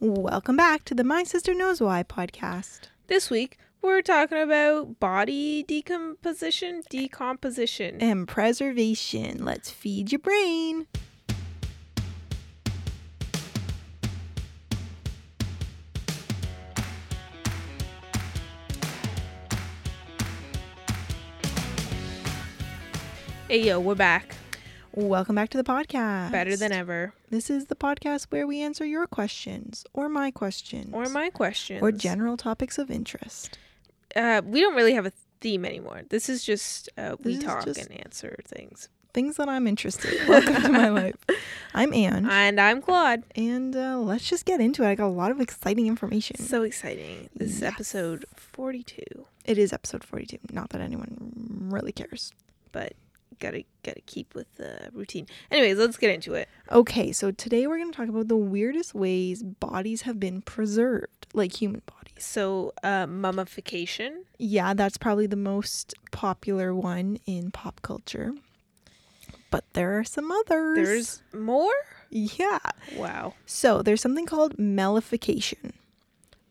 Welcome back to the My Sister Knows Why podcast. This week, we're talking about body decomposition, decomposition. And preservation. Let's feed your brain. Hey, yo, we're back. Welcome back to the podcast. Better than ever. This is the podcast where we answer your questions or my questions Or my questions. or general topics of interest. Uh, we don't really have a theme anymore. This is just uh, we This is talk just- and answer things. Things that I'm interested in. Welcome to my life. I'm Anne. And I'm Claude. and uh, let's just get into it. I got a lot of exciting information. So exciting. This is Yes. episode 42. it is episode 42. Not that anyone really cares. Gotta, gotta keep with the routine. Anyways, let's get into it. Okay, so today we're going to talk about the weirdest ways bodies have been preserved, like human bodies. So, uh, mummification. Yeah, that's probably the most popular one in pop culture. But there are some others. There's more? yeah. Wow. So there's something called mellification.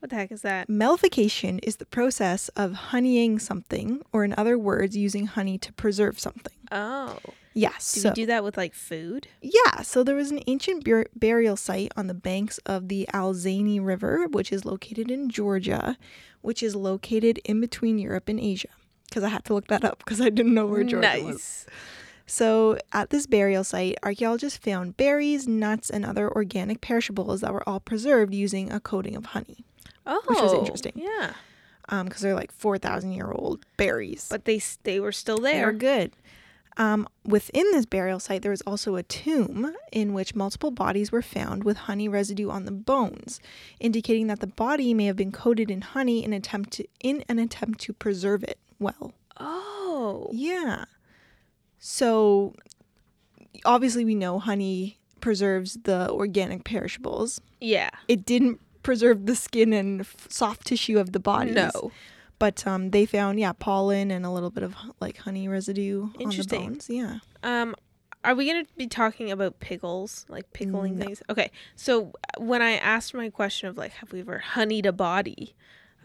What the heck is that? Mellification is the process of honeying something, or in other words, using honey to preserve something. Oh. Yes. Do so, we do that with like food? yeah. So there was an ancient bur- burial site on the banks of the Alzani River, which is located in Georgia, which is located in between Europe and Asia. Because I had to look that up because I didn't know where Georgia was. So, at this burial site, archaeologists found berries, nuts, and other organic perishables that were all preserved using a coating of honey. Oh, was interesting. Yeah, Um, because they're like 4,000 year old berries. but they s- they were still they are there. good. Um, within this burial site, there was also a tomb in which multiple bodies were found with honey residue on the bones, indicating that the body may have been coated in honey in attempt to, in an attempt to preserve it well. Oh, Yeah. So obviously we know honey preserves the organic perishables. yeah. It didn't preserve the skin and f- soft tissue of the body. No, But um they found yeah, pollen and a little bit of like honey residue on the Interesting. bones. Yeah. um, are we gonna be talking about pickles, like pickling No. things? Okay, so uh, when I asked my question of like, have we ever honeyed a body?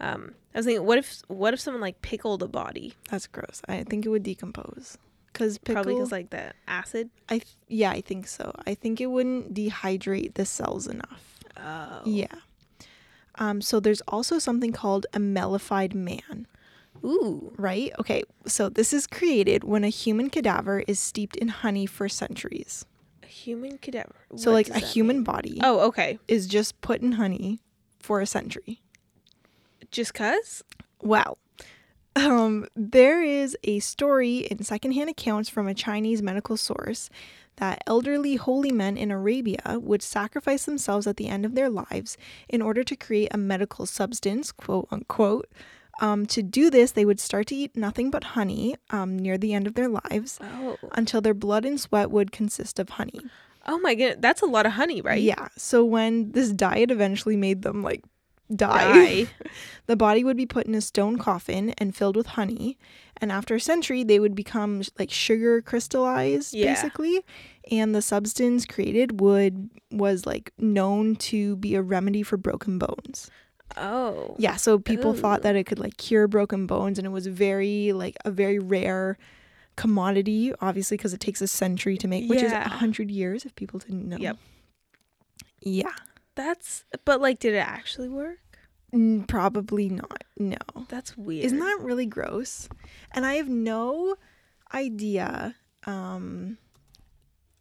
Um, I was thinking, what if what if someone like pickled a body? That's gross. I think it would decompose. Cuz pickle Probably because like the acid. I th- yeah, I think so. I think it wouldn't dehydrate the cells enough. Oh, Yeah. Um, so there's also something called a mellified man. Ooh, Right? Okay, so this is created when a human cadaver is steeped in honey for centuries. a human cadaver. So, What like, does a that human mean? body Oh, okay. is just put in honey for a century. Just cause? Wow. Um, there is a story in secondhand accounts from a Chinese medical source that elderly holy men in Arabia would sacrifice themselves at the end of their lives in order to create a medical substance, quote unquote. Um, to do this, they would start to eat nothing but honey um, near the end of their lives Oh, until their blood and sweat would consist of honey. oh my goodness, that's a lot of honey, right? Yeah. So when this diet eventually made them like die, Die. the body would be put in a stone coffin and filled with honey. And after a century, they would become like sugar crystallized, Yeah. basically. And the substance created would was like known to be a remedy for broken bones. Oh. Yeah. So people Ooh. thought that it could like cure broken bones, and it was very like a very rare commodity obviously because it takes a century to make which is Yeah. 100 years if people didn't know Yep. yeah That's but like did it actually work? Mm, Probably not. No. That's weird. Isn't that really gross? And I have no idea um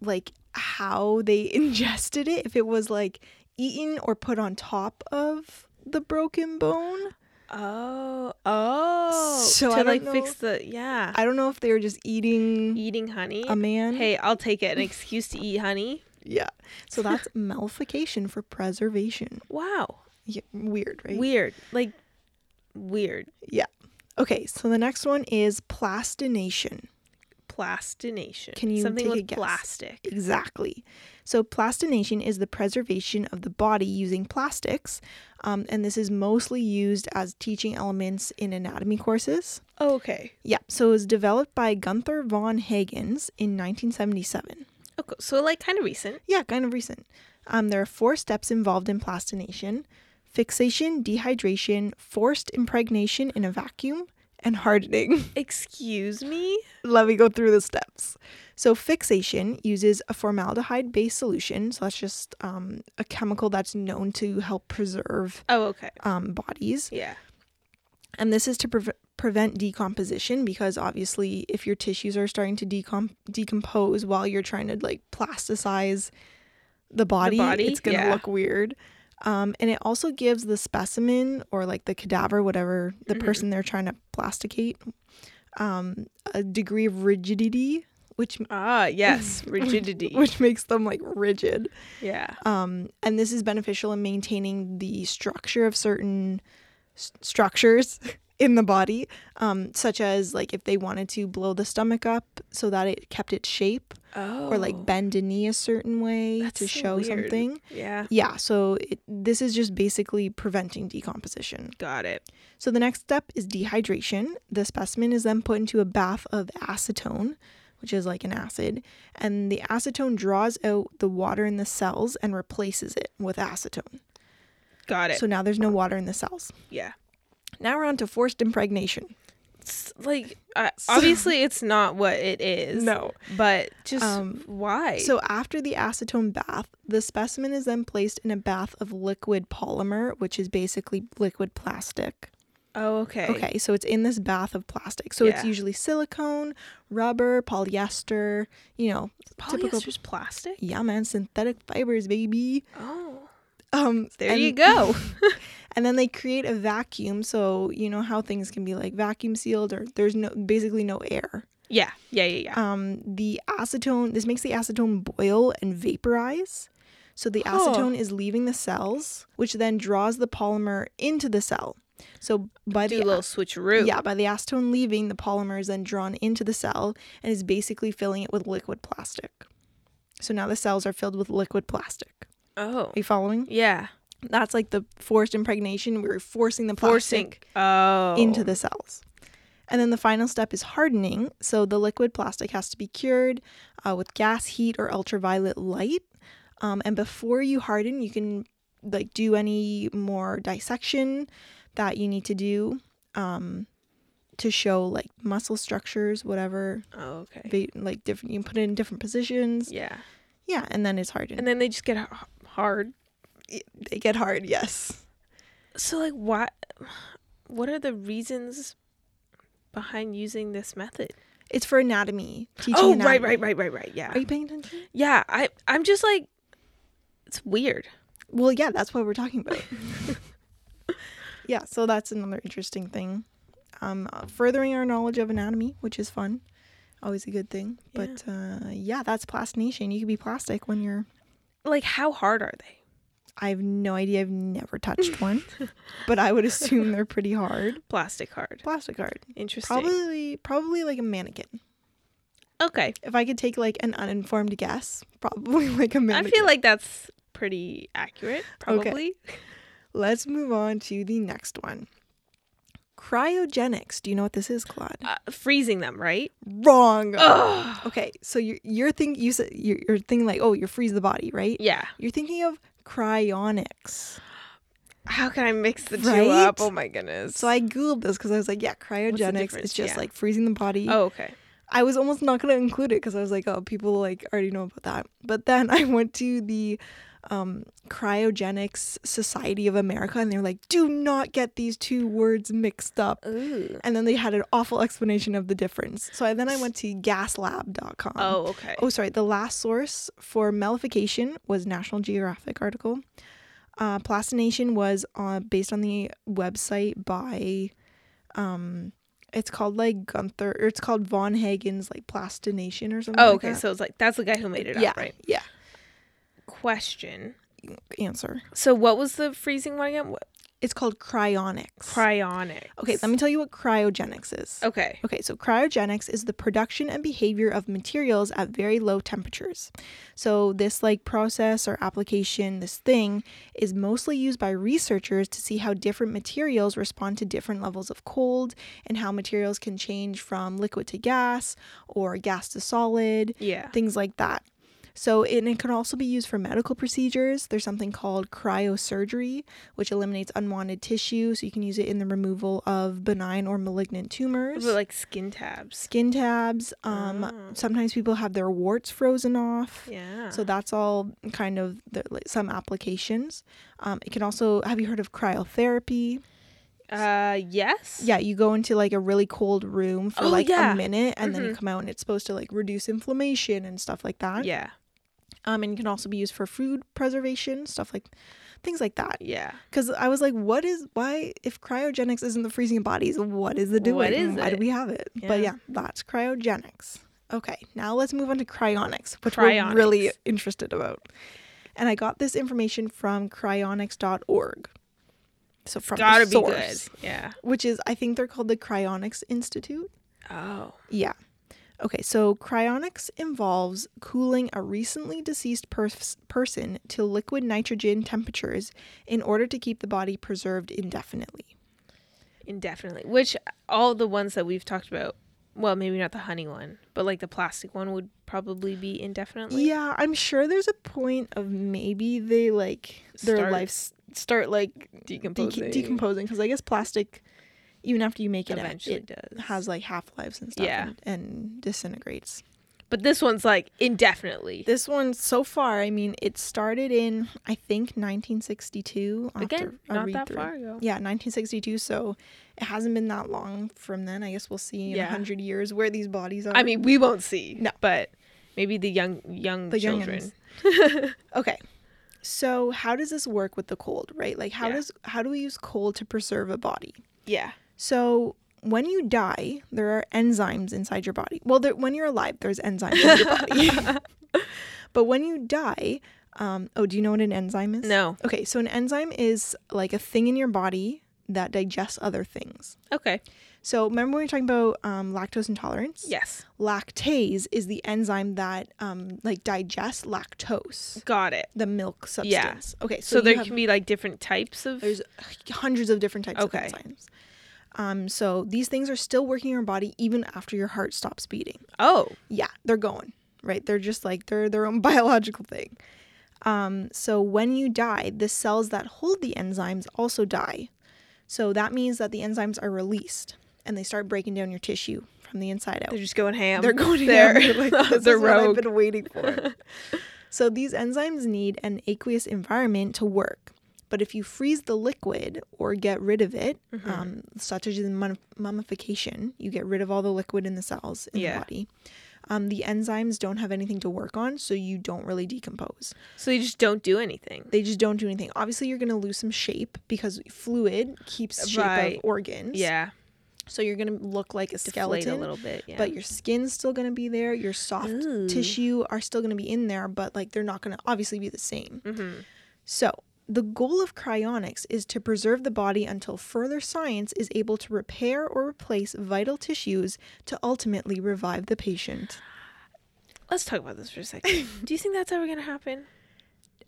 like how they ingested it if it was like eaten or put on top of the broken bone. Oh. Oh. So to I don't like know fix if- the yeah. I don't know if they were just eating Eating honey. a man. hey, I'll take it. An excuse to eat honey. Yeah. So that's mellification for preservation. Wow. Yeah, weird, right? Weird. Like weird. okay, so the next one is plastination. Plastination. Can you something take with a guess? plastic? Exactly. So, plastination is the preservation of the body using plastics, um, and this is mostly used as teaching elements in anatomy courses. Oh, okay. Yeah, so it was developed by Gunther von Hagens in 1977. Okay. So like kind of recent. Yeah, kind of recent. Um, there are four steps involved in plastination fixation, dehydration, forced impregnation in a vacuum, and hardening. Excuse me? Let me go through the steps. So, fixation uses a formaldehyde based solution. So, that's just um, a chemical that's known to help preserve Oh, okay. um, bodies. Yeah. And this is to preve- prevent decomposition because obviously, if your tissues are starting to decom- decompose while you're trying to like plasticize the body, body, it's going to yeah. look weird. Um, and it also gives the specimen or like the cadaver, whatever the Mhm. person they're trying to plasticate, um, a degree of rigidity, which Ah, yes. Rigidity. which makes them like rigid. yeah. Um, and this is beneficial in maintaining the structure of certain s- structures in the body, um, such as like if they wanted to blow the stomach up so that it kept its shape, Oh. or like bend a knee a certain way That's to so show weird. something. Yeah. Yeah, so it, this is just basically preventing decomposition. Got it. So the next step is dehydration. The specimen is then put into a bath of acetone, which is like an acid, and the acetone draws out the water in the cells and replaces it with acetone. Got it. So now there's no water in the cells. yeah. Now we're on to forced impregnation. It's like, uh, obviously, it's not what it is. But just Um, why? So after the acetone bath, the specimen is then placed in a bath of liquid polymer, which is basically liquid plastic. oh, okay. Okay, so it's in this bath of plastic. So it's Yeah. usually silicone, rubber, polyester, you know, typical Polyester's plastic. Yeah, man, synthetic fibers, baby. Oh, Um, there and- you go. And then they create a vacuum, so you know how things can be like vacuum sealed, or there's no basically no air. yeah. Yeah. Yeah. Yeah. Um, the acetone. This makes the acetone boil and vaporize. So the Huh. acetone is leaving the cells, which then draws the polymer into the cell. So by Do the a little switcheroo. yeah, by the acetone leaving, the polymer is then drawn into the cell and is basically filling it with liquid plastic. So now the cells are filled with liquid plastic. Oh. Are you following? Yeah. That's like the forced impregnation. We're forcing the Forcing. plastic Oh. into the cells. And then the final step is hardening. So the liquid plastic has to be cured uh, with gas, heat, or ultraviolet light. Um, and before you harden, you can like do any more dissection that you need to do um, to show like muscle structures, whatever, Oh, okay. they, like different. You can put it in different positions. yeah. Yeah, and then it's hardened. And then they just get h- hard. they get hard. Yes. So like what what are the reasons behind using this method? It's for anatomy. Teaching oh, anatomy. right, right, right, right, right. Yeah. Are you paying attention? yeah, I I'm just like it's weird. Well, yeah, that's what we're talking about. yeah, so that's another interesting thing. Um, uh, furthering our knowledge of anatomy, which is fun, always a good thing. But uh, yeah, that's plastination. You can be plastic when you're. Like how hard are they? I have no idea. I've never touched one, but I would assume they're pretty hard. Plastic hard. Plastic hard, Interesting. probably, probably like a mannequin. okay. If I could take like an uninformed guess, probably like a I mannequin. feel like that's pretty accurate probably. Let's move on to the next one. Cryogenics. Do you know what this is, Claude? Uh, freezing them, right? Wrong. Ugh. Okay, so you're you're thinking you said you're, you're thinking like oh you freeze the body right? Yeah. You're thinking of cryonics. How can I mix the Right? two up? Oh my goodness. So I googled this because I was like yeah cryogenics. difference? It's just Yeah. like freezing the body. Oh, okay. I was almost not gonna include it because I was like oh people like already know about that. But then I went to the um, Cryogenics Society of America and they were like do not get these two words mixed up. Uh. Ooh. and then they had an awful explanation of the difference. So I, then I went to gaslab.com. Oh, okay. Oh, sorry. The last source for mellification was National Geographic article. Uh, plastination was uh, based on the website by, um, it's called like Gunther, or it's called Von Hagen's like plastination or something. Oh, like okay. that. So it's like that's the guy who made it yeah, up, right? yeah. Question. Answer. So what was the freezing one again? What? It's called cryonics. Cryonic. okay, let me tell you what cryogenics is. Okay. Okay, so cryogenics is the production and behavior of materials at very low temperatures. So, this like process or application, this thing, is mostly used by researchers to see how different materials respond to different levels of cold and how materials can change from liquid to gas or gas to solid, Yeah. things like that. So, it- and it can also be used for medical procedures. There's something called cryosurgery, which eliminates unwanted tissue. So, you can use it in the removal of benign or malignant tumors, But like skin tabs. skin tabs. Um, Oh. Sometimes people have their warts frozen off. Yeah. So that's all kind of the, like, some applications. Um, it can also have you heard of cryotherapy? uh yes. Yeah, you go into like a really cold room for Oh, like yeah. a minute, and then you Mhm. come out, and it's supposed to like reduce inflammation and stuff like that. Yeah. Um, and it can also be used for food preservation, stuff like things like that. Yeah. Because I was like, what is why if cryogenics isn't the freezing of bodies, what is the doing? What is why do it? we have it? But yeah, Yeah. that's cryogenics. Okay, now let's move on to cryonics, which Cryonics. we're really interested about. And I got this information from cryonics.org. So from the Gotta be source, good. Yeah. which is I think they're called the Cryonics Institute. Oh. Yeah. Okay, so cryonics involves cooling a recently deceased pers- person to liquid nitrogen temperatures in order to keep the body preserved indefinitely. Indefinitely. Which all the ones that we've talked about well, maybe not the honey one, but like the plastic one would probably be indefinitely. Yeah, I'm sure there's a point of maybe they like their Start lives start like Decomposing. de- decomposing because I guess plastic, even after you make it, eventually it does. has like half lives and stuff Yeah. and, and disintegrates. but this one's like indefinitely. This one so far, I mean, it started in I think 1962. I'll have Again, to- I'll not read that through. far ago. Yeah, 1962. So it hasn't been that long from then. I guess we'll see in a Yeah. hundred years where these bodies are. I mean, we won't see. Uh, No. But maybe the young young The children. youngins. okay. So how does this work with the cold, right? Like how Yeah. does how do we use cold to preserve a body? Yeah. So when you die, there are enzymes inside your body. Well, there, when you're alive, there's enzymes in your body. but when you die, um, oh, do you know what an enzyme is? No. Okay, so an enzyme is like a thing in your body that digests other things. Okay. So remember when we were talking about um, lactose intolerance? Yes. Lactase is the enzyme that um, like digests lactose, Got it. the milk substance. Okay, So, so, there you have, can be like different types of there's hundreds of different types Okay. of enzymes. Um, so these things are still working in your body even after your heart stops beating. Oh. yeah, they're going, right? They're just like they're their own biological thing. Um, so when you die, the cells that hold the enzymes also die. So that means that the enzymes are released and they start breaking down your tissue from the inside out. They're just going ham. They're going They're- ham. They're like, this they're is what I've rogue. been waiting for. so these enzymes need an aqueous environment to work. But if you freeze the liquid or get rid of it, um, such as in mum- mummification, you get rid of all the liquid in the cells in Yeah. the body. Um, the enzymes don't have anything to work on, so you don't really decompose. So you just don't do anything. They just don't do anything. Obviously, you're going to lose some shape because fluid keeps shape Right. of organs. Yeah. So you're going to look like a Deflate skeleton a little bit. Yeah. but your skin's still going to be there your soft Ooh. tissue are still going to be in there but like they're not going to obviously be the same Mhm. so the goal of cryonics is to preserve the body until further science is able to repair or replace vital tissues to ultimately revive the patient let's talk about this for a second. do you think that's ever gonna happen?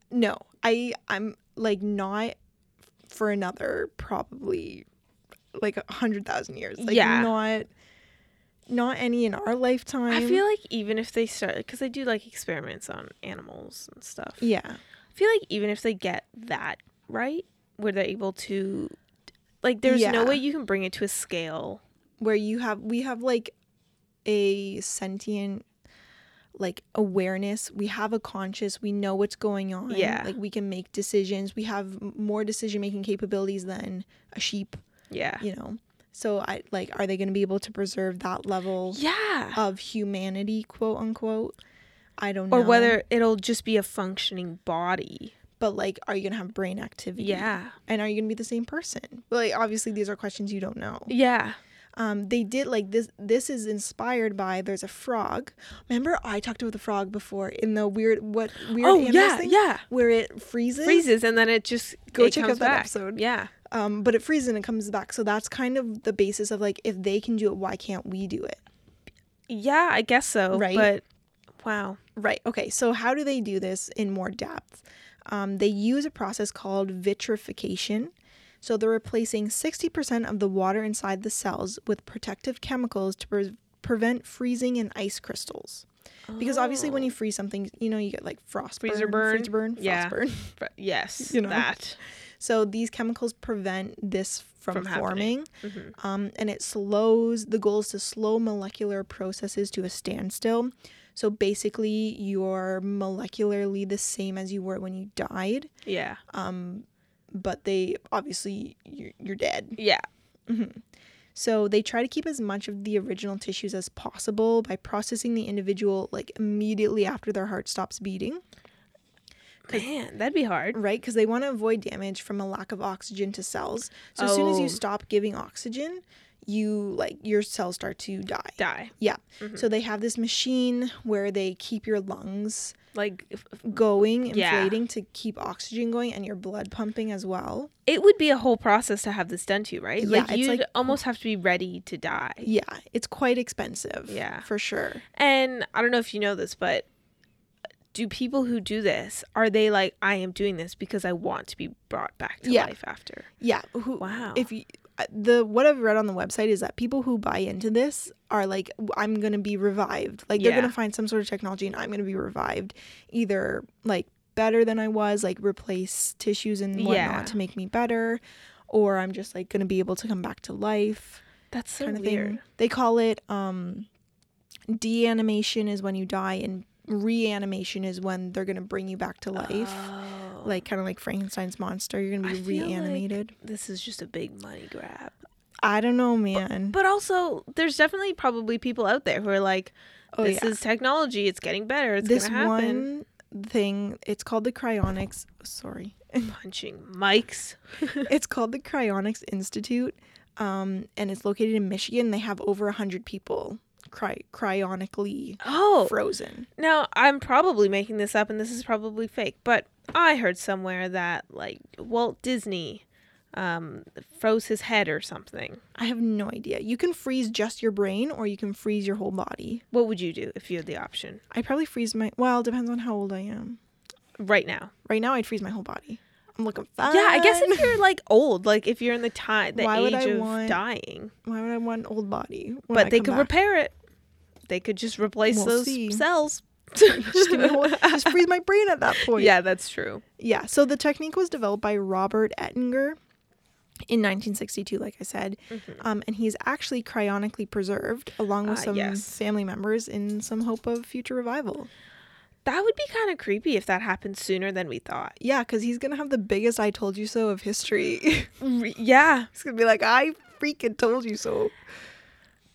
no i i'm like not for another probably like a hundred thousand years like Yeah. not not any in our lifetime I feel like even if they start, because they do like experiments on animals and stuff. yeah I feel like even if they get that right, where they're able to, like, there's no Yeah. way you can bring it to a scale. where you have we have like a sentient like awareness we have a conscious we know what's going on Yeah. like we can make decisions we have m- more decision making capabilities than a sheep Yeah. you know so i like are they going to be able to preserve that level Yeah. of humanity quote unquote i don't know or whether it'll just be a functioning body. but like are you going to have brain activity Yeah. and are you going to be the same person like obviously these are questions you don't know Yeah. um, they did like this this is inspired by there's a frog remember i talked about the frog before in the weird what weird Oh, animals yeah, thing yeah. where it freezes, Freezes and then it just Go it check comes out that back. episode. Yeah. um but it freezes and it comes back so that's kind of the basis of like if they can do it why can't we do it Yeah, I guess so. Right? But wow. right okay so how do they do this in more depth um, they use a process called vitrification so they're replacing 60% of the water inside the cells with protective chemicals to pre- prevent freezing and ice crystals Because obviously, when you freeze something, you know, you get like frost Oh. Freezer burn, burn. freeze burn, frost Yeah. burn. Fr- yes, You know. that. So these chemicals prevent this from, From happening. Mm-hmm. forming, um, and it slows. The goal is to slow molecular processes to a standstill. So basically, you're molecularly the same as you were when you died, Yeah. but they obviously you're, you're dead. Yeah. So they try to keep as much of the original tissues as possible by processing the individual like immediately after their heart stops beating. Man, that'd be hard. right? Because they want to avoid damage from a lack of oxygen to cells. So as soon as you Oh. stop giving oxygen, you like your cells start to die. Die. Yeah. Mm-hmm. So they have this machine where they keep your lungs Like if- if- going, Yeah. inflating to keep oxygen going and your blood pumping as well. it would be a whole process to have this done to, you, right? Yeah, like it's you'd like- almost have to be ready to die. Yeah, it's quite expensive. Yeah. For sure. And I don't know if you know this, but do people who do this are they like I am doing this because I want to be brought back to Yeah. life after? Yeah. Who, Wow. If you uh, the what I've read on the website is that people who buy into this are like, "W- I'm gonna be revived. Like they're Yeah. gonna find some sort of technology, and I'm gonna be revived, either like better than I was, like replace tissues and whatnot Yeah. to make me better, or I'm just like gonna be able to come back to life, That's so kind of weird. thing. They call it um, deanimation is when you die, and reanimation is when they're gonna bring you back to life. Oh. Like kind of like Frankenstein's monster, you're gonna I be feel like- reanimated. this is just a big money grab. I don't know, man. But also, there's definitely probably people out there who are like, oh "This yeah, is technology. It's getting better. It's this gonna happen." one thing. It's called the cryonics. Sorry, Punching mics. it's called the Cryonics Institute, um, and it's located in Michigan. They have over a hundred people cry cryonically Oh, frozen. Now, I'm probably making this up and this is probably fake, but I heard somewhere that like Walt Disney um, froze his head or something. I have no idea. You can freeze just your brain, or you can freeze your whole body. What would you do if you had the option I probably freeze my. Well, depends on how old I am. right now? Um, Right now, I'd freeze my whole body. I'm looking fine. Yeah, I guess if you're like old, like if you're in the time the Why would age I of want- dying, why would I want an old body? when but I they come could back? repair it. They could just replace We'll those see. cells. just, give me a whole, just freeze my brain at that point. yeah, that's true. Yeah, so the technique was developed by Robert Ettinger in 1962, like I said, um, and he's actually cryonically preserved along with Mm-hmm. Ah, some yes. family members in some hope of future revival. That would be kind of creepy if that happened sooner than we thought. Yeah, because he's gonna have the biggest "I told you so" of history. he's Re- yeah, gonna be like, "I freaking told you so,"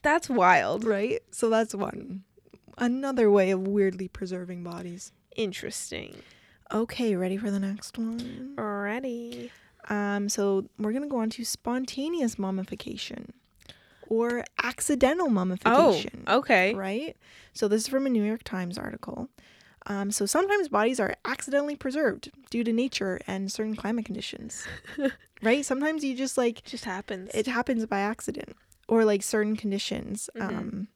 that's wild. right? So that's one, another way of weirdly preserving bodies. Interesting. Okay, ready for the next one? Alrighty. Um, so we're gonna go on to spontaneous mummification or accidental mummification. Oh, okay. Right? So this is from a New York Times article. Um, so sometimes bodies are accidentally preserved due to nature and certain climate conditions. right? Sometimes you just like just happens. it happens by accident or like certain conditions. Mm-hmm. Um,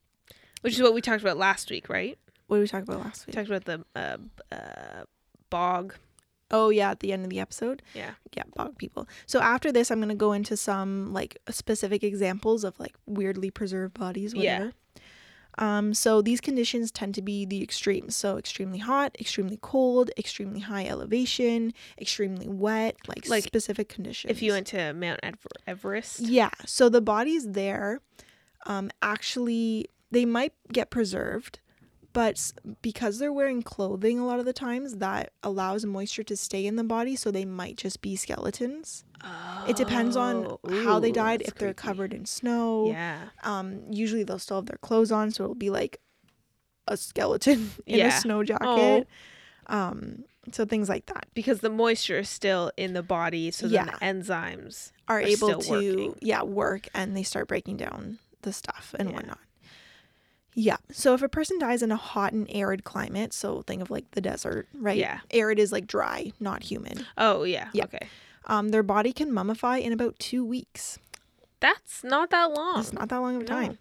which is what we talked about last week, right? what did we talk about last We week? talked about the uh, b- uh, bog. Oh yeah, at the end of the episode. Yeah. yeah, bog people. So after this, I'm gonna go into some like specific examples of like weirdly preserved bodies. Yeah. Whatever. Um, so these conditions tend to be the extremes. So extremely hot, extremely cold, extremely high elevation, extremely wet, like, Like, specific conditions. If you went to Mount Ever- Everest. Yeah. So the bodies there um, actually, they might get preserved, but s- because they're wearing clothing a lot of the times, that allows moisture to stay in the body. So they might just be skeletons. It depends on Oh, how they ooh, died, that's if they're creepy. covered in snow. Yeah. Um, usually they'll still have their clothes on. So it'll be like a skeleton in Yeah. a snow jacket. Oh. Um, so things like that. Because the moisture is still in the body, so Yeah. then the enzymes. are, are able still to working. yeah work and they start breaking down the stuff and Yeah. whatnot yeah so if a person dies in a hot and arid climate so think of like the desert right Yeah. arid is like dry not humid Oh, yeah. Yeah. Okay. um their body can mummify in about two weeks That's not that long. it's not that long of a no. time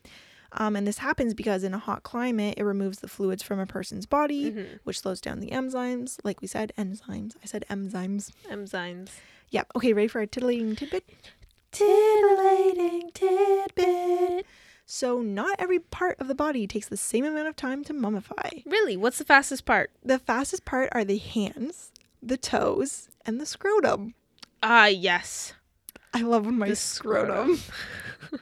um, and this happens because in a hot climate it removes the fluids from a person's body Mhm. which slows down the enzymes like we said enzymes i said enzymes Enzymes. yeah okay ready for our titillating tidbit Titillating tidbit. So not every part of the body takes the same amount of time to mummify. Really? What's the fastest part? The fastest part are the hands, the toes, and the scrotum. Ah, yes. I love when my The scrotum. scrotum.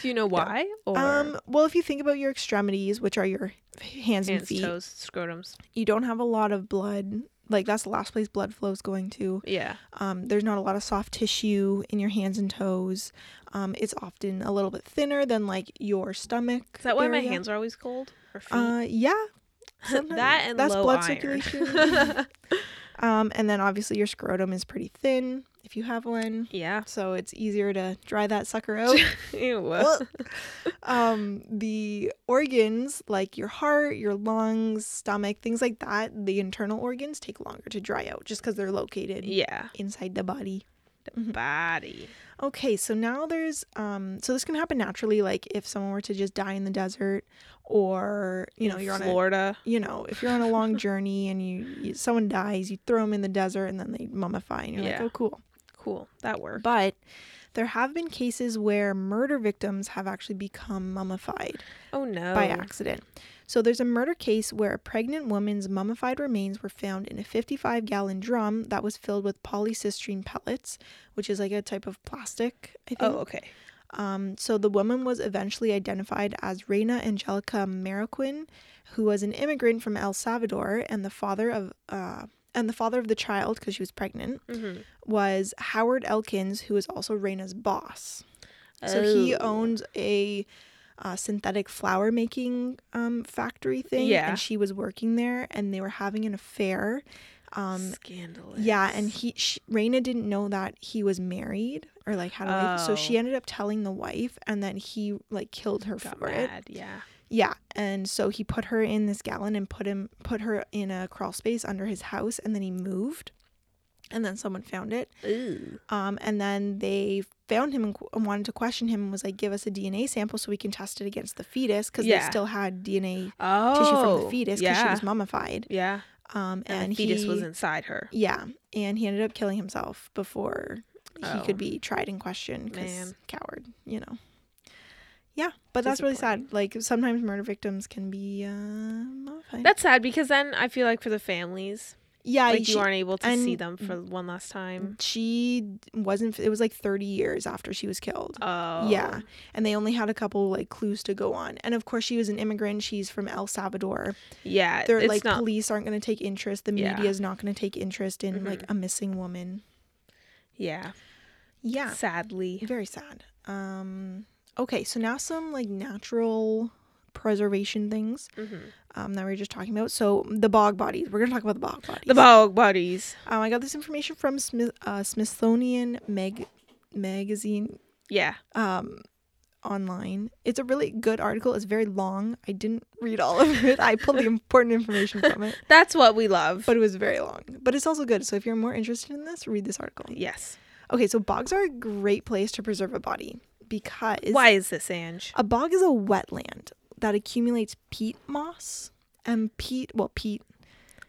Do you know why? Or Um, well, if you think about your extremities, which are your hands, and hands, feet, toes, scrotums. you don't have a lot of blood. Like that's the last place blood flow is going to. Yeah. Um, there's not a lot of soft tissue in your hands and toes. Um, it's often a little bit thinner than like your stomach. Is that why my area. hands are always cold? Or feet? Uh, yeah. sometimes. that and that's low blood iron. circulation. Um, and then obviously your scrotum is pretty thin if you have one, yeah. so it's easier to dry that sucker out. Ew. Well, um, the organs like your heart, your lungs, stomach, things like that, the internal organs take longer to dry out just because they're located yeah. inside the body. Body. Okay, so now there's um, so this can happen naturally, like if someone were to just die in the desert, or you know In you're on a Florida. you know if you're on a long journey and you, you someone dies, you throw them in the desert and then they mummify and you're like, Yeah. oh cool. Cool. That worked. But there have been cases where murder victims have actually become mummified. Oh no. by accident. So there's a murder case where a pregnant woman's mummified remains were found in a 55 gallon drum that was filled with polycystrine pellets, which is like a type of plastic, I think. Oh, okay. Um, so the woman was eventually identified as Reina Angelica Marroquin, who was an immigrant from El Salvador and the father of uh, and the father of the child because she was pregnant Mhm. was Howard Elkins, who is also Reina's boss. So he Oh. owns a uh, synthetic flower making um, factory thing, Yeah. and she was working there, and they were having an affair. Um, Scandalous. yeah, and he she, Raina didn't know that he was married or like had a wife, so Oh. she ended up telling the wife, and then he like killed her got for it. mad. Yeah. Yeah, and so he put her in this gallon and put him put her in a crawl space under his house, and then he moved, and then someone found it, Ooh. um, and then they found him and, qu- and wanted to question him and was like, give us a DNA sample so we can test it against the fetus because they Yeah. still had DNA Oh. tissue from the fetus because Yeah. she was mummified. yeah. Um, And, and the fetus he, was inside her. Yeah, and he ended up killing himself before he Oh. could be tried and questioned because Man. coward, you know. Yeah, but that's really sad. Like sometimes murder victims can be uh, mummified. That's sad because then I feel like for the families, yeah, like she, you aren't able to see and- them for one last time. she wasn't. It was like thirty years after she was killed. Oh. Yeah. And they only had a couple like clues to go on. And of course she was an immigrant. She's from El Salvador. Yeah. They're it's like not. police aren't gonna take interest. The Yeah. Mm-hmm. media's not gonna take interest in like a missing woman. yeah. Yeah. Sadly. Very sad. Um okay, so now some like natural preservation things Mhm. um, that we were just talking about. So the bog bodies. We're gonna talk about the bog bodies. The bog bodies. um, I got this information from Smith uh, Smithsonian Meg magazine Yeah. um online. It's a really good article. It's very long. I didn't read all of it. I pulled the important information from it, That's what we love. but it was very long. But it's also good. So if you're more interested in this, read this article. yes. Okay, so bogs are a great place to preserve a body because Why is this, Ange? a bog is a wetland that accumulates peat moss and peat, well, peat,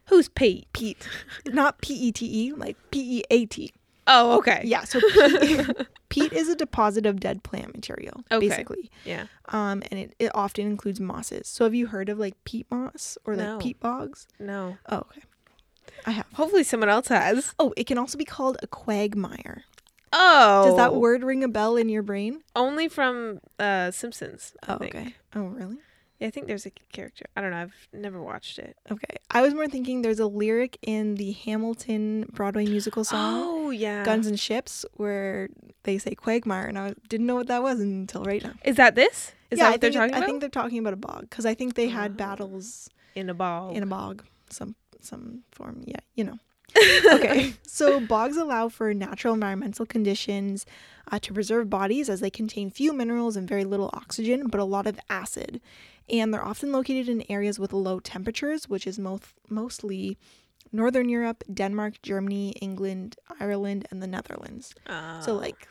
Who's Pete? peat, not P E T E, like P E A T. Oh, okay. Yeah, so peat, peat is a deposit of dead plant material, Okay. basically. Yeah. um, and it, it often includes mosses. So have you heard of like peat moss or like No. peat bogs? No. Oh, okay. I have. Hopefully someone else has. Oh, it can also be called a quagmire. Oh. Does that word ring a bell in your brain? Only from uh Simpsons. I Oh, think. okay. Oh, really? Yeah, I think there's a character. I don't know. I've never watched it. Okay. I was more thinking there's a lyric in the Hamilton Broadway musical song Oh, yeah. Guns and Ships where they say quagmire, and I didn't know what that was until right now. Is that this? Is yeah, that I what think they're it- talking I about? think they're talking about Ah. a bog because I think they had Oh. battles in a ball. in a bog some some form yeah you know okay so bogs allow for natural environmental conditions uh, to preserve bodies as they contain few minerals and very little oxygen but a lot of acid and they're often located in areas with low temperatures which is most mostly northern europe denmark germany england ireland and the netherlands Uh, so like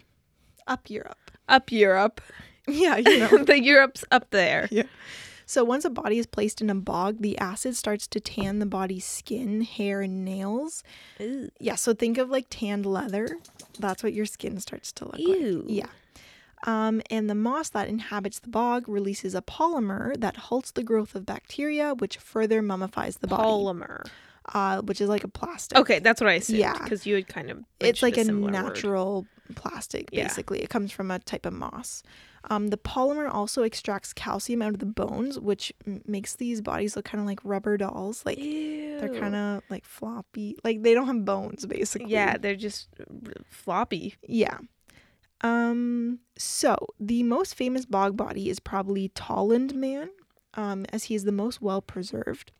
up europe up Europe. yeah you know the Europe's up there. So once a body is placed in a bog, the acid starts to tan the body's skin, hair, and nails. Ew. Yeah, so think of like tanned leather. That's what your skin starts to look like. Yeah. Um, and the moss that inhabits the bog releases a polymer that halts the growth of bacteria, which further mummifies the body, Polymer. uh, which is like a plastic. Okay, that's what I assumed. Yeah. Because you had kind of. it's like a mentioned similar word. natural plastic Yeah. basically it comes from a type of moss um, the polymer also extracts calcium out of the bones which m- makes these bodies look kind of like rubber dolls like they're Ew. kind of like floppy like they don't have bones basically Yeah, they're just uh, r- floppy. yeah um so the most famous bog body is probably tolland man um, as he is the most well preserved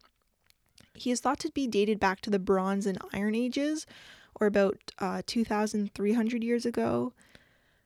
he is thought to be dated back to the bronze and iron ages or about uh, 2300 years ago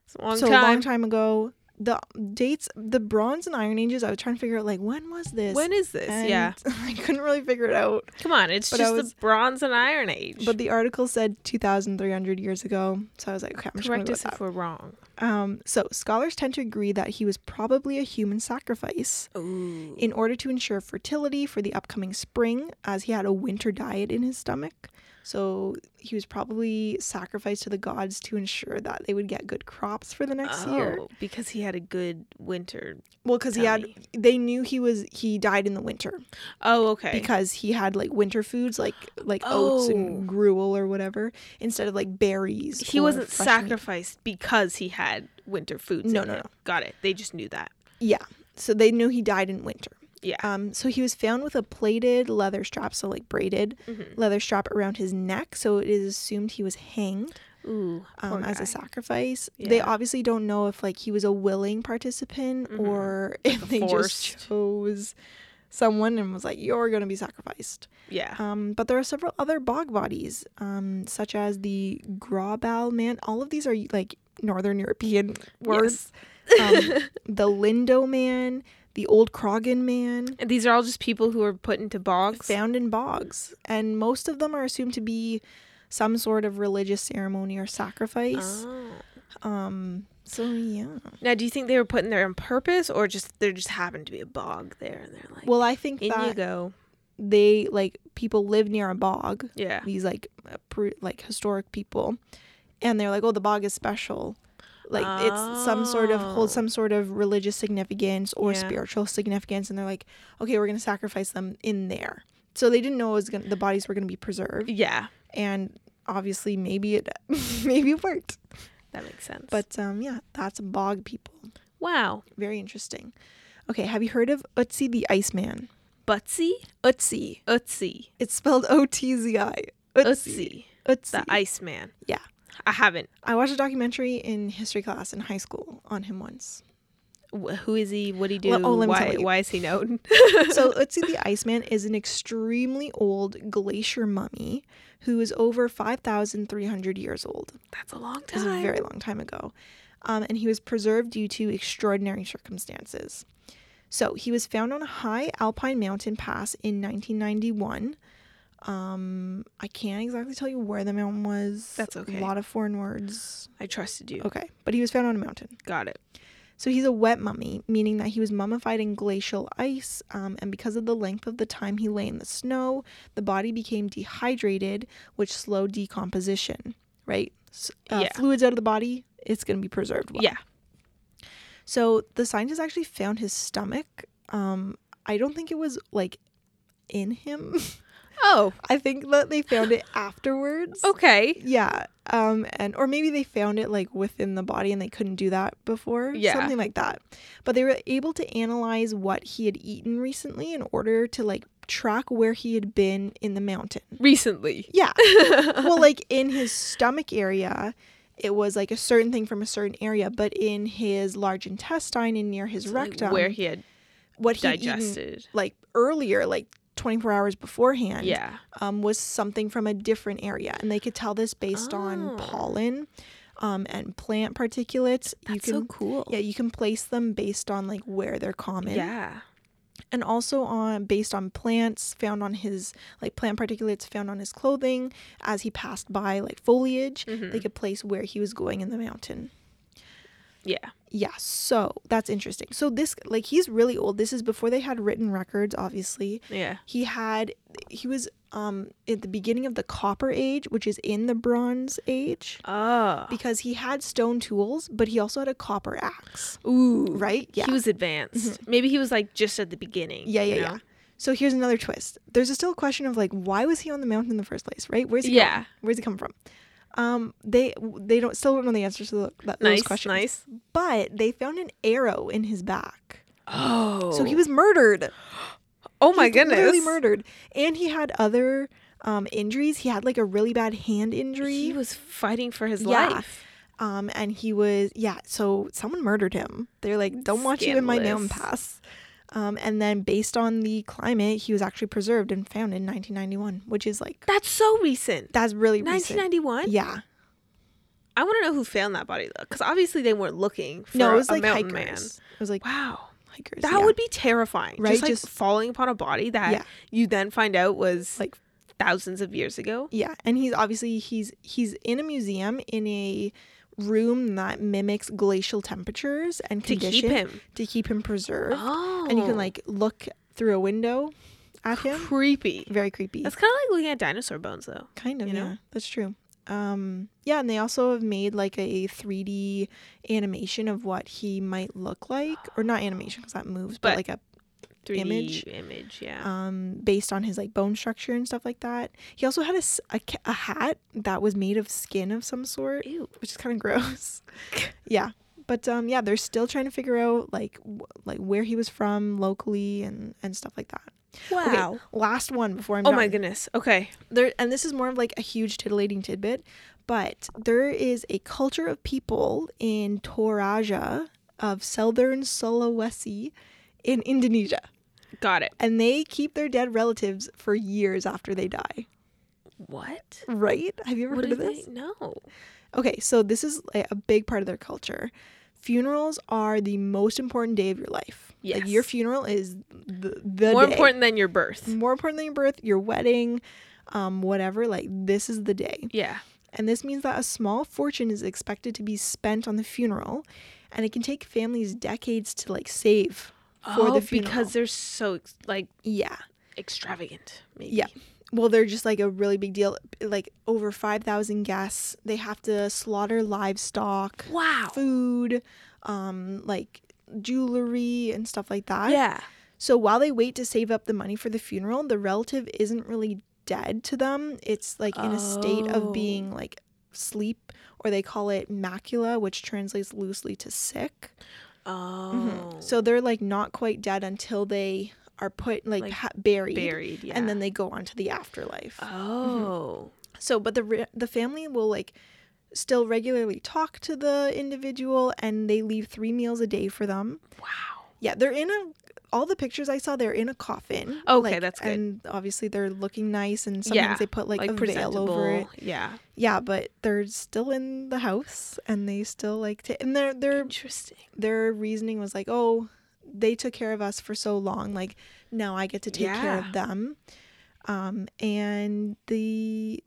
It's a long so time. a long time ago. The dates, the Bronze and Iron Ages. I was trying to figure out like when was this? When is this? And yeah. I couldn't really figure it out. Come on, it's But I just was- the Bronze and Iron Age. But the article said 2,300 years ago, so I was like, okay, I'm correct just us gonna go if with we're wrong. that. Um, so scholars tend to agree that he was probably a human sacrifice Ooh. in order to ensure fertility for the upcoming spring, as he had a winter diet in his stomach. So he was probably sacrificed to the gods to ensure that they would get good crops for the next year. Oh, because he had a good winter. Well, because he had, Tummy. they knew he was he died in the winter Oh, okay. because he had like winter foods like like oats Oh. and gruel or whatever instead of like berries. he or wasn't fresh meat. sacrificed because he had winter foods. No, in no, him. Got it. They just knew that. Yeah, so they knew he died in winter. Yeah. Um, so he was found with a plated leather strap, so like braided Mhm. leather strap around his neck. So it is assumed he was hanged Ooh. um, poor as a guy. sacrifice. They Yeah. obviously don't know if like he was a willing participant Mhm. or if they forced. just chose someone and was like, "You're gonna be sacrificed." Yeah. Um, but there are several other bog bodies, um, such as the Grabal man. All of these are like Northern European words. um, the Lindo man, the Old Krogan man, And these are all just people who were put into bogs. found in bogs, and most of them are assumed to be some sort of religious ceremony or sacrifice. Oh. Um, so yeah. Now, do you think they were put in there on purpose, or just there just happened to be a bog there, and they're like, Well, I think in you that go. they like people live near a bog. Yeah. These like uh, pre- like historic people, and they're like, oh, the bog is special. Like it's some sort of holds Oh. some sort of religious significance or Yeah. spiritual significance, and they're like, okay, we're gonna sacrifice them in there. So they didn't know it was gonna, the bodies were gonna be preserved, Yeah. and obviously maybe it maybe it worked. That makes sense. But um, yeah, that's bog people. wow, Very interesting. Okay, have you heard of Utsi the Iceman? Butsy, Utsi. Utsi, It's spelled O T Z I. Utsi, Utsi. the Iceman. Yeah. I haven't. I watched a documentary in history class in high school on him once. Wh- Who is he? What did he do? Well, oh, let me why? tell you. Why is he known? So Utsi the Iceman is an extremely old glacier mummy who is over 5,300 years old. That's a long This is a time. very long time ago. Um, and he was preserved due to extraordinary circumstances. So he was found on a high alpine mountain pass in 1991. Um, I can't exactly tell you where the mountain was. That's okay. A lot of foreign words. I trusted you. Okay, but he was found on a mountain. Got it. So he's a wet mummy, meaning that he was mummified in glacial ice, um, and because of the length of the time he lay in the snow, the body became dehydrated, which slowed decomposition. Right? S- uh, Yeah. Fluids out of the body, it's going to be preserved. well. Yeah. So the scientists actually found his stomach. Um, I don't think it was like in him. Oh. I think that they found it afterwards. Okay. Yeah. Um and or maybe they found it like within the body and they couldn't do that before. Yeah. Something like that. But they were able to analyze what he had eaten recently in order to like track where he had been in the mountain. Recently. Yeah. well, like in his stomach area, it was like a certain thing from a certain area, but in his large intestine and near his It's like rectum where he had what he eaten digested. like earlier, like twenty four hours beforehand Yeah. um, was something from a different area, and they could tell this based on Oh. pollen um, and plant particulates. you That's can, so cool. yeah, you can place them based on like where they're common, Yeah. and also on based on plants found on his like plant particulates found on his clothing as he passed by like foliage. Mhm. They could place where he was going in the mountain. Yeah. Yeah, so that's interesting. So this like he's really old. This is before they had written records, obviously Yeah. he had he was um, at the beginning of the Copper Age, which is in the Bronze Age, Oh. because he had stone tools, but he also had a copper axe, Ooh. right? Yeah. Mm-hmm. He was advanced. Maybe he was like just at the beginning. yeah, you yeah, know? yeah. So here's another twist. There's a still a question of like, why was he on the mountain in the first place, right? Where's he Yeah. come- where's he come from? Um, they they don't still don't know the answers to the, that, Nice. those questions. Nice. But they found an arrow in his back, Oh. so he was murdered. Oh my He's goodness. literally murdered, and he had other um injuries. He had like a really bad hand injury. He was fighting for his Yeah. life. Um, and he was yeah. So someone murdered him. They're like, don't want you in my mountain Scandalous. pass. Um, and then based on the climate, he was actually preserved and found in 1991, which is like That's so recent. that's really recent. 1991. Yeah, I want to know who found that body though, because obviously they weren't looking for no, it was a like hikers. mountain It was like man. Wow. hikers. That yeah. would be terrifying. Right? Just like Just- falling upon a body that Yeah. you then find out was Like- like thousands of years ago. yeah. And he's obviously he's he's in a museum in a room that mimics glacial temperatures and To conditions keep him. to keep him preserved. Oh. And you can like look through a window at him. creepy. Very creepy. That's kind of like looking at dinosaur bones though. Kind of, you know? yeah. That's true. Um, yeah, and they also have made like a 3D animation of what he might look like, or not animation because that moves, but, But- like a 3D Image. image. Image. Yeah. um, based on his like bone structure and stuff like that. He also had a, s- a ca- a hat that was made of skin of some sort, Ew. which is kind of gross. yeah, but um, yeah, they're still trying to figure out like w- like where he was from locally and and stuff like that. Okay, last one before I'm Oh done. my goodness. Okay. there and this is more of like a huge titillating tidbit but there is a culture of people in toraja of southern sulawesi in indonesia Got it. and they keep their dead relatives for years after they die What? right have you ever What heard do of they? this No. okay so this is like, a big part of their culture funerals are the most important day of your life like Yes. your funeral is the, the More day. important than your birth. more important than your birth your wedding um whatever like this is the day Yeah. and this means that a small fortune is expected to be spent on the funeral, and it can take families decades to like save for oh, the funeral. because they're so ex- like yeah, extravagant. Maybe. yeah. Well, they're just like a really big deal. Like over five thousand guests, they have to slaughter livestock, Wow. food, um, like jewelry and stuff like that. Yeah. So while they wait to save up the money for the funeral, the relative isn't really dead to them. It's like in a state of Oh. being like sleep, or they call it macula, which translates loosely to sick. Oh. Mm-hmm. So they're like not quite dead until they are put like, Like, ha- buried, buried. Yeah. Uh. and then they go on to the afterlife. Oh. So, but the re- the family will like still regularly talk to the individual, and they leave three meals a day for them. Wow. Yeah, they're in a. All the pictures I saw, they're in a coffin. Okay, that's good. And obviously, they're looking nice, and sometimes Yeah, they put like, Like, a veil presentable. over it. Yeah. Yeah, but they're still in the house, and they still like to. And their their Interesting. their reasoning was like, oh, they took care of us for so long, like now I get to take care Yeah. of them. Um, and the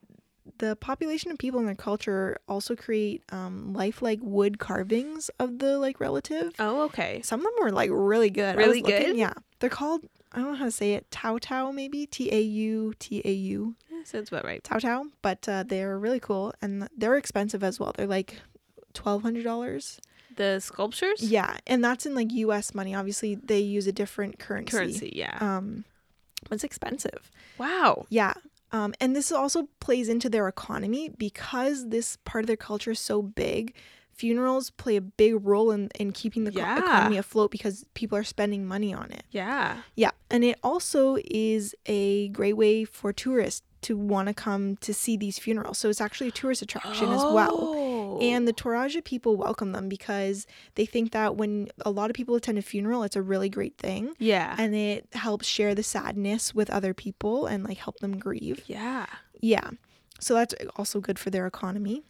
the population of people in their culture also create um, lifelike wood carvings of the like relative. Oh, okay. Some of them were like really good. I Really was looking- good? yeah. They're called I don't know how to say it. Tau Tau maybe T A U T A U Yeah, Sounds about right. Tau Tau, but uh, they're really cool and they're expensive as well. They're like twelve hundred dollars. The sculptures. Yeah, and that's in like U.S. money. Obviously, they use a different currency. Currency. Yeah. Um, it's expensive. wow. Yeah. Um, and this also plays into their economy because this part of their culture is so big. Funerals play a big role in, in keeping the co- Yeah. economy afloat because people are spending money on it. Yeah. Yeah. And it also is a great way for tourists to want to come to see these funerals. So it's actually a tourist attraction as well. Oh. And the Toraja people welcome them because they think that when a lot of people attend a funeral, it's a really great thing. yeah. And it helps share the sadness with other people and like help them grieve. yeah. Yeah. So that's also good for their economy.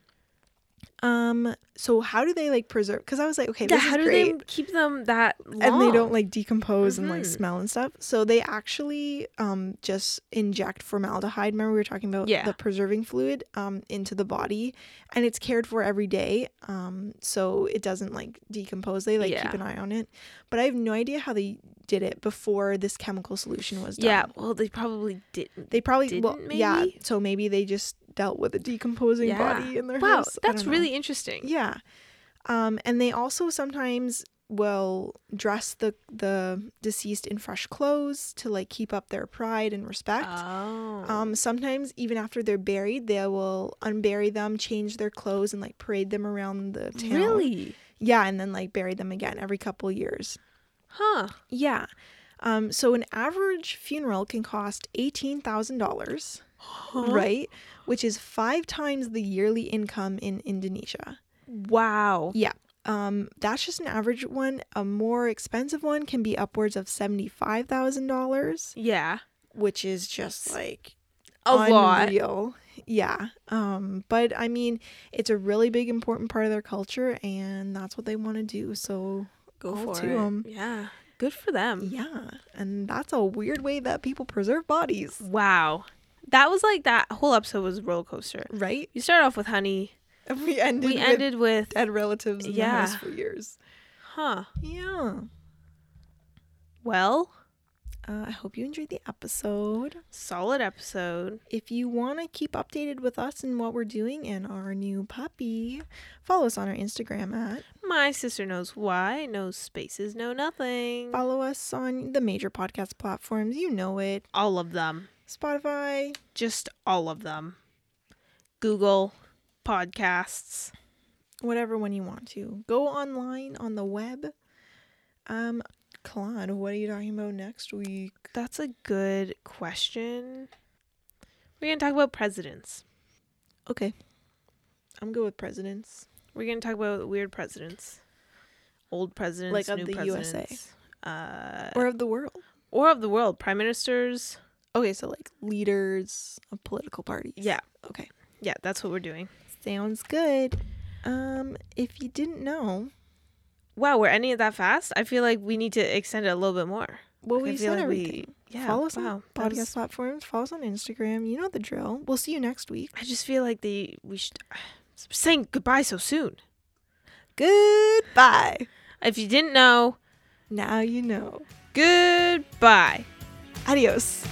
Um, so how do they like preserve? Because I was like, okay, Yeah, this how is do great. they keep them that long? and they don't like decompose and like Mhm. smell and stuff. So they actually um just inject formaldehyde. Remember we were talking about Yeah. the preserving fluid um into the body, and it's cared for every day. Um, so it doesn't like decompose. They like keep Yeah. an eye on it, but I have no idea how they did it before this chemical solution was done. Yeah, well, they probably didn't. They probably well, Didn't, yeah. maybe? So maybe they just dealt with a decomposing Yeah. body in their wow, house. I that's don't know. really interesting. Yeah. Um, and they also sometimes will dress the the deceased in fresh clothes to like keep up their pride and respect. Oh. um, sometimes even after they're buried, they will unbury them, change their clothes, and like parade them around the town. really? Yeah, and then like bury them again every couple years. Huh. Yeah. Um, so an average funeral can cost eighteen thousand dollars, right? Which is five times the yearly income in Indonesia. Wow. Yeah. Um, that's just an average one. A more expensive one can be upwards of seventy-five thousand dollars, Yeah. which is just like A lot. unreal. Yeah. Um, but I mean, it's a really big important part of their culture, and that's what they want to do. So Go all for to it. 'em. Yeah. Good for them. yeah, and that's a weird way that people preserve bodies, Wow. That was like that whole episode was a roller coaster. right? You start off with honey. And we ended We with ended with dead relatives in the house Yeah. for years. huh. Yeah. Well, Uh, I hope you enjoyed the episode. solid episode. If you want to keep updated with us and what we're doing and our new puppy, follow us on our Instagram at. My sister knows why, no spaces, no nothing. Follow us on the major podcast platforms. You know it All of them. Spotify, Just all of them. Google podcasts. whatever one you want to. Go online on the web. Um, Claude, what are you talking about next week? That's a good question. We're going to talk about presidents. Okay. I'm good with presidents. We're going to talk about weird presidents. Old presidents, Like of new the USA. presidents. Uh, or of the world. or of the world, prime ministers. Okay, so like leaders of political parties. Yeah. Okay. Yeah, that's what we're doing. Sounds good. Um, if you didn't know, Wow, we're ending it that fast? I feel like we need to extend it a little bit more. well, Like, I we feel said like we- everything. yeah. follow us wow, on that podcast was- platforms. Follow us on Instagram. You know the drill. We'll see you next week. I just feel like they we should saying goodbye so soon. Goodbye. If you didn't know, Now you know. goodbye. Adios.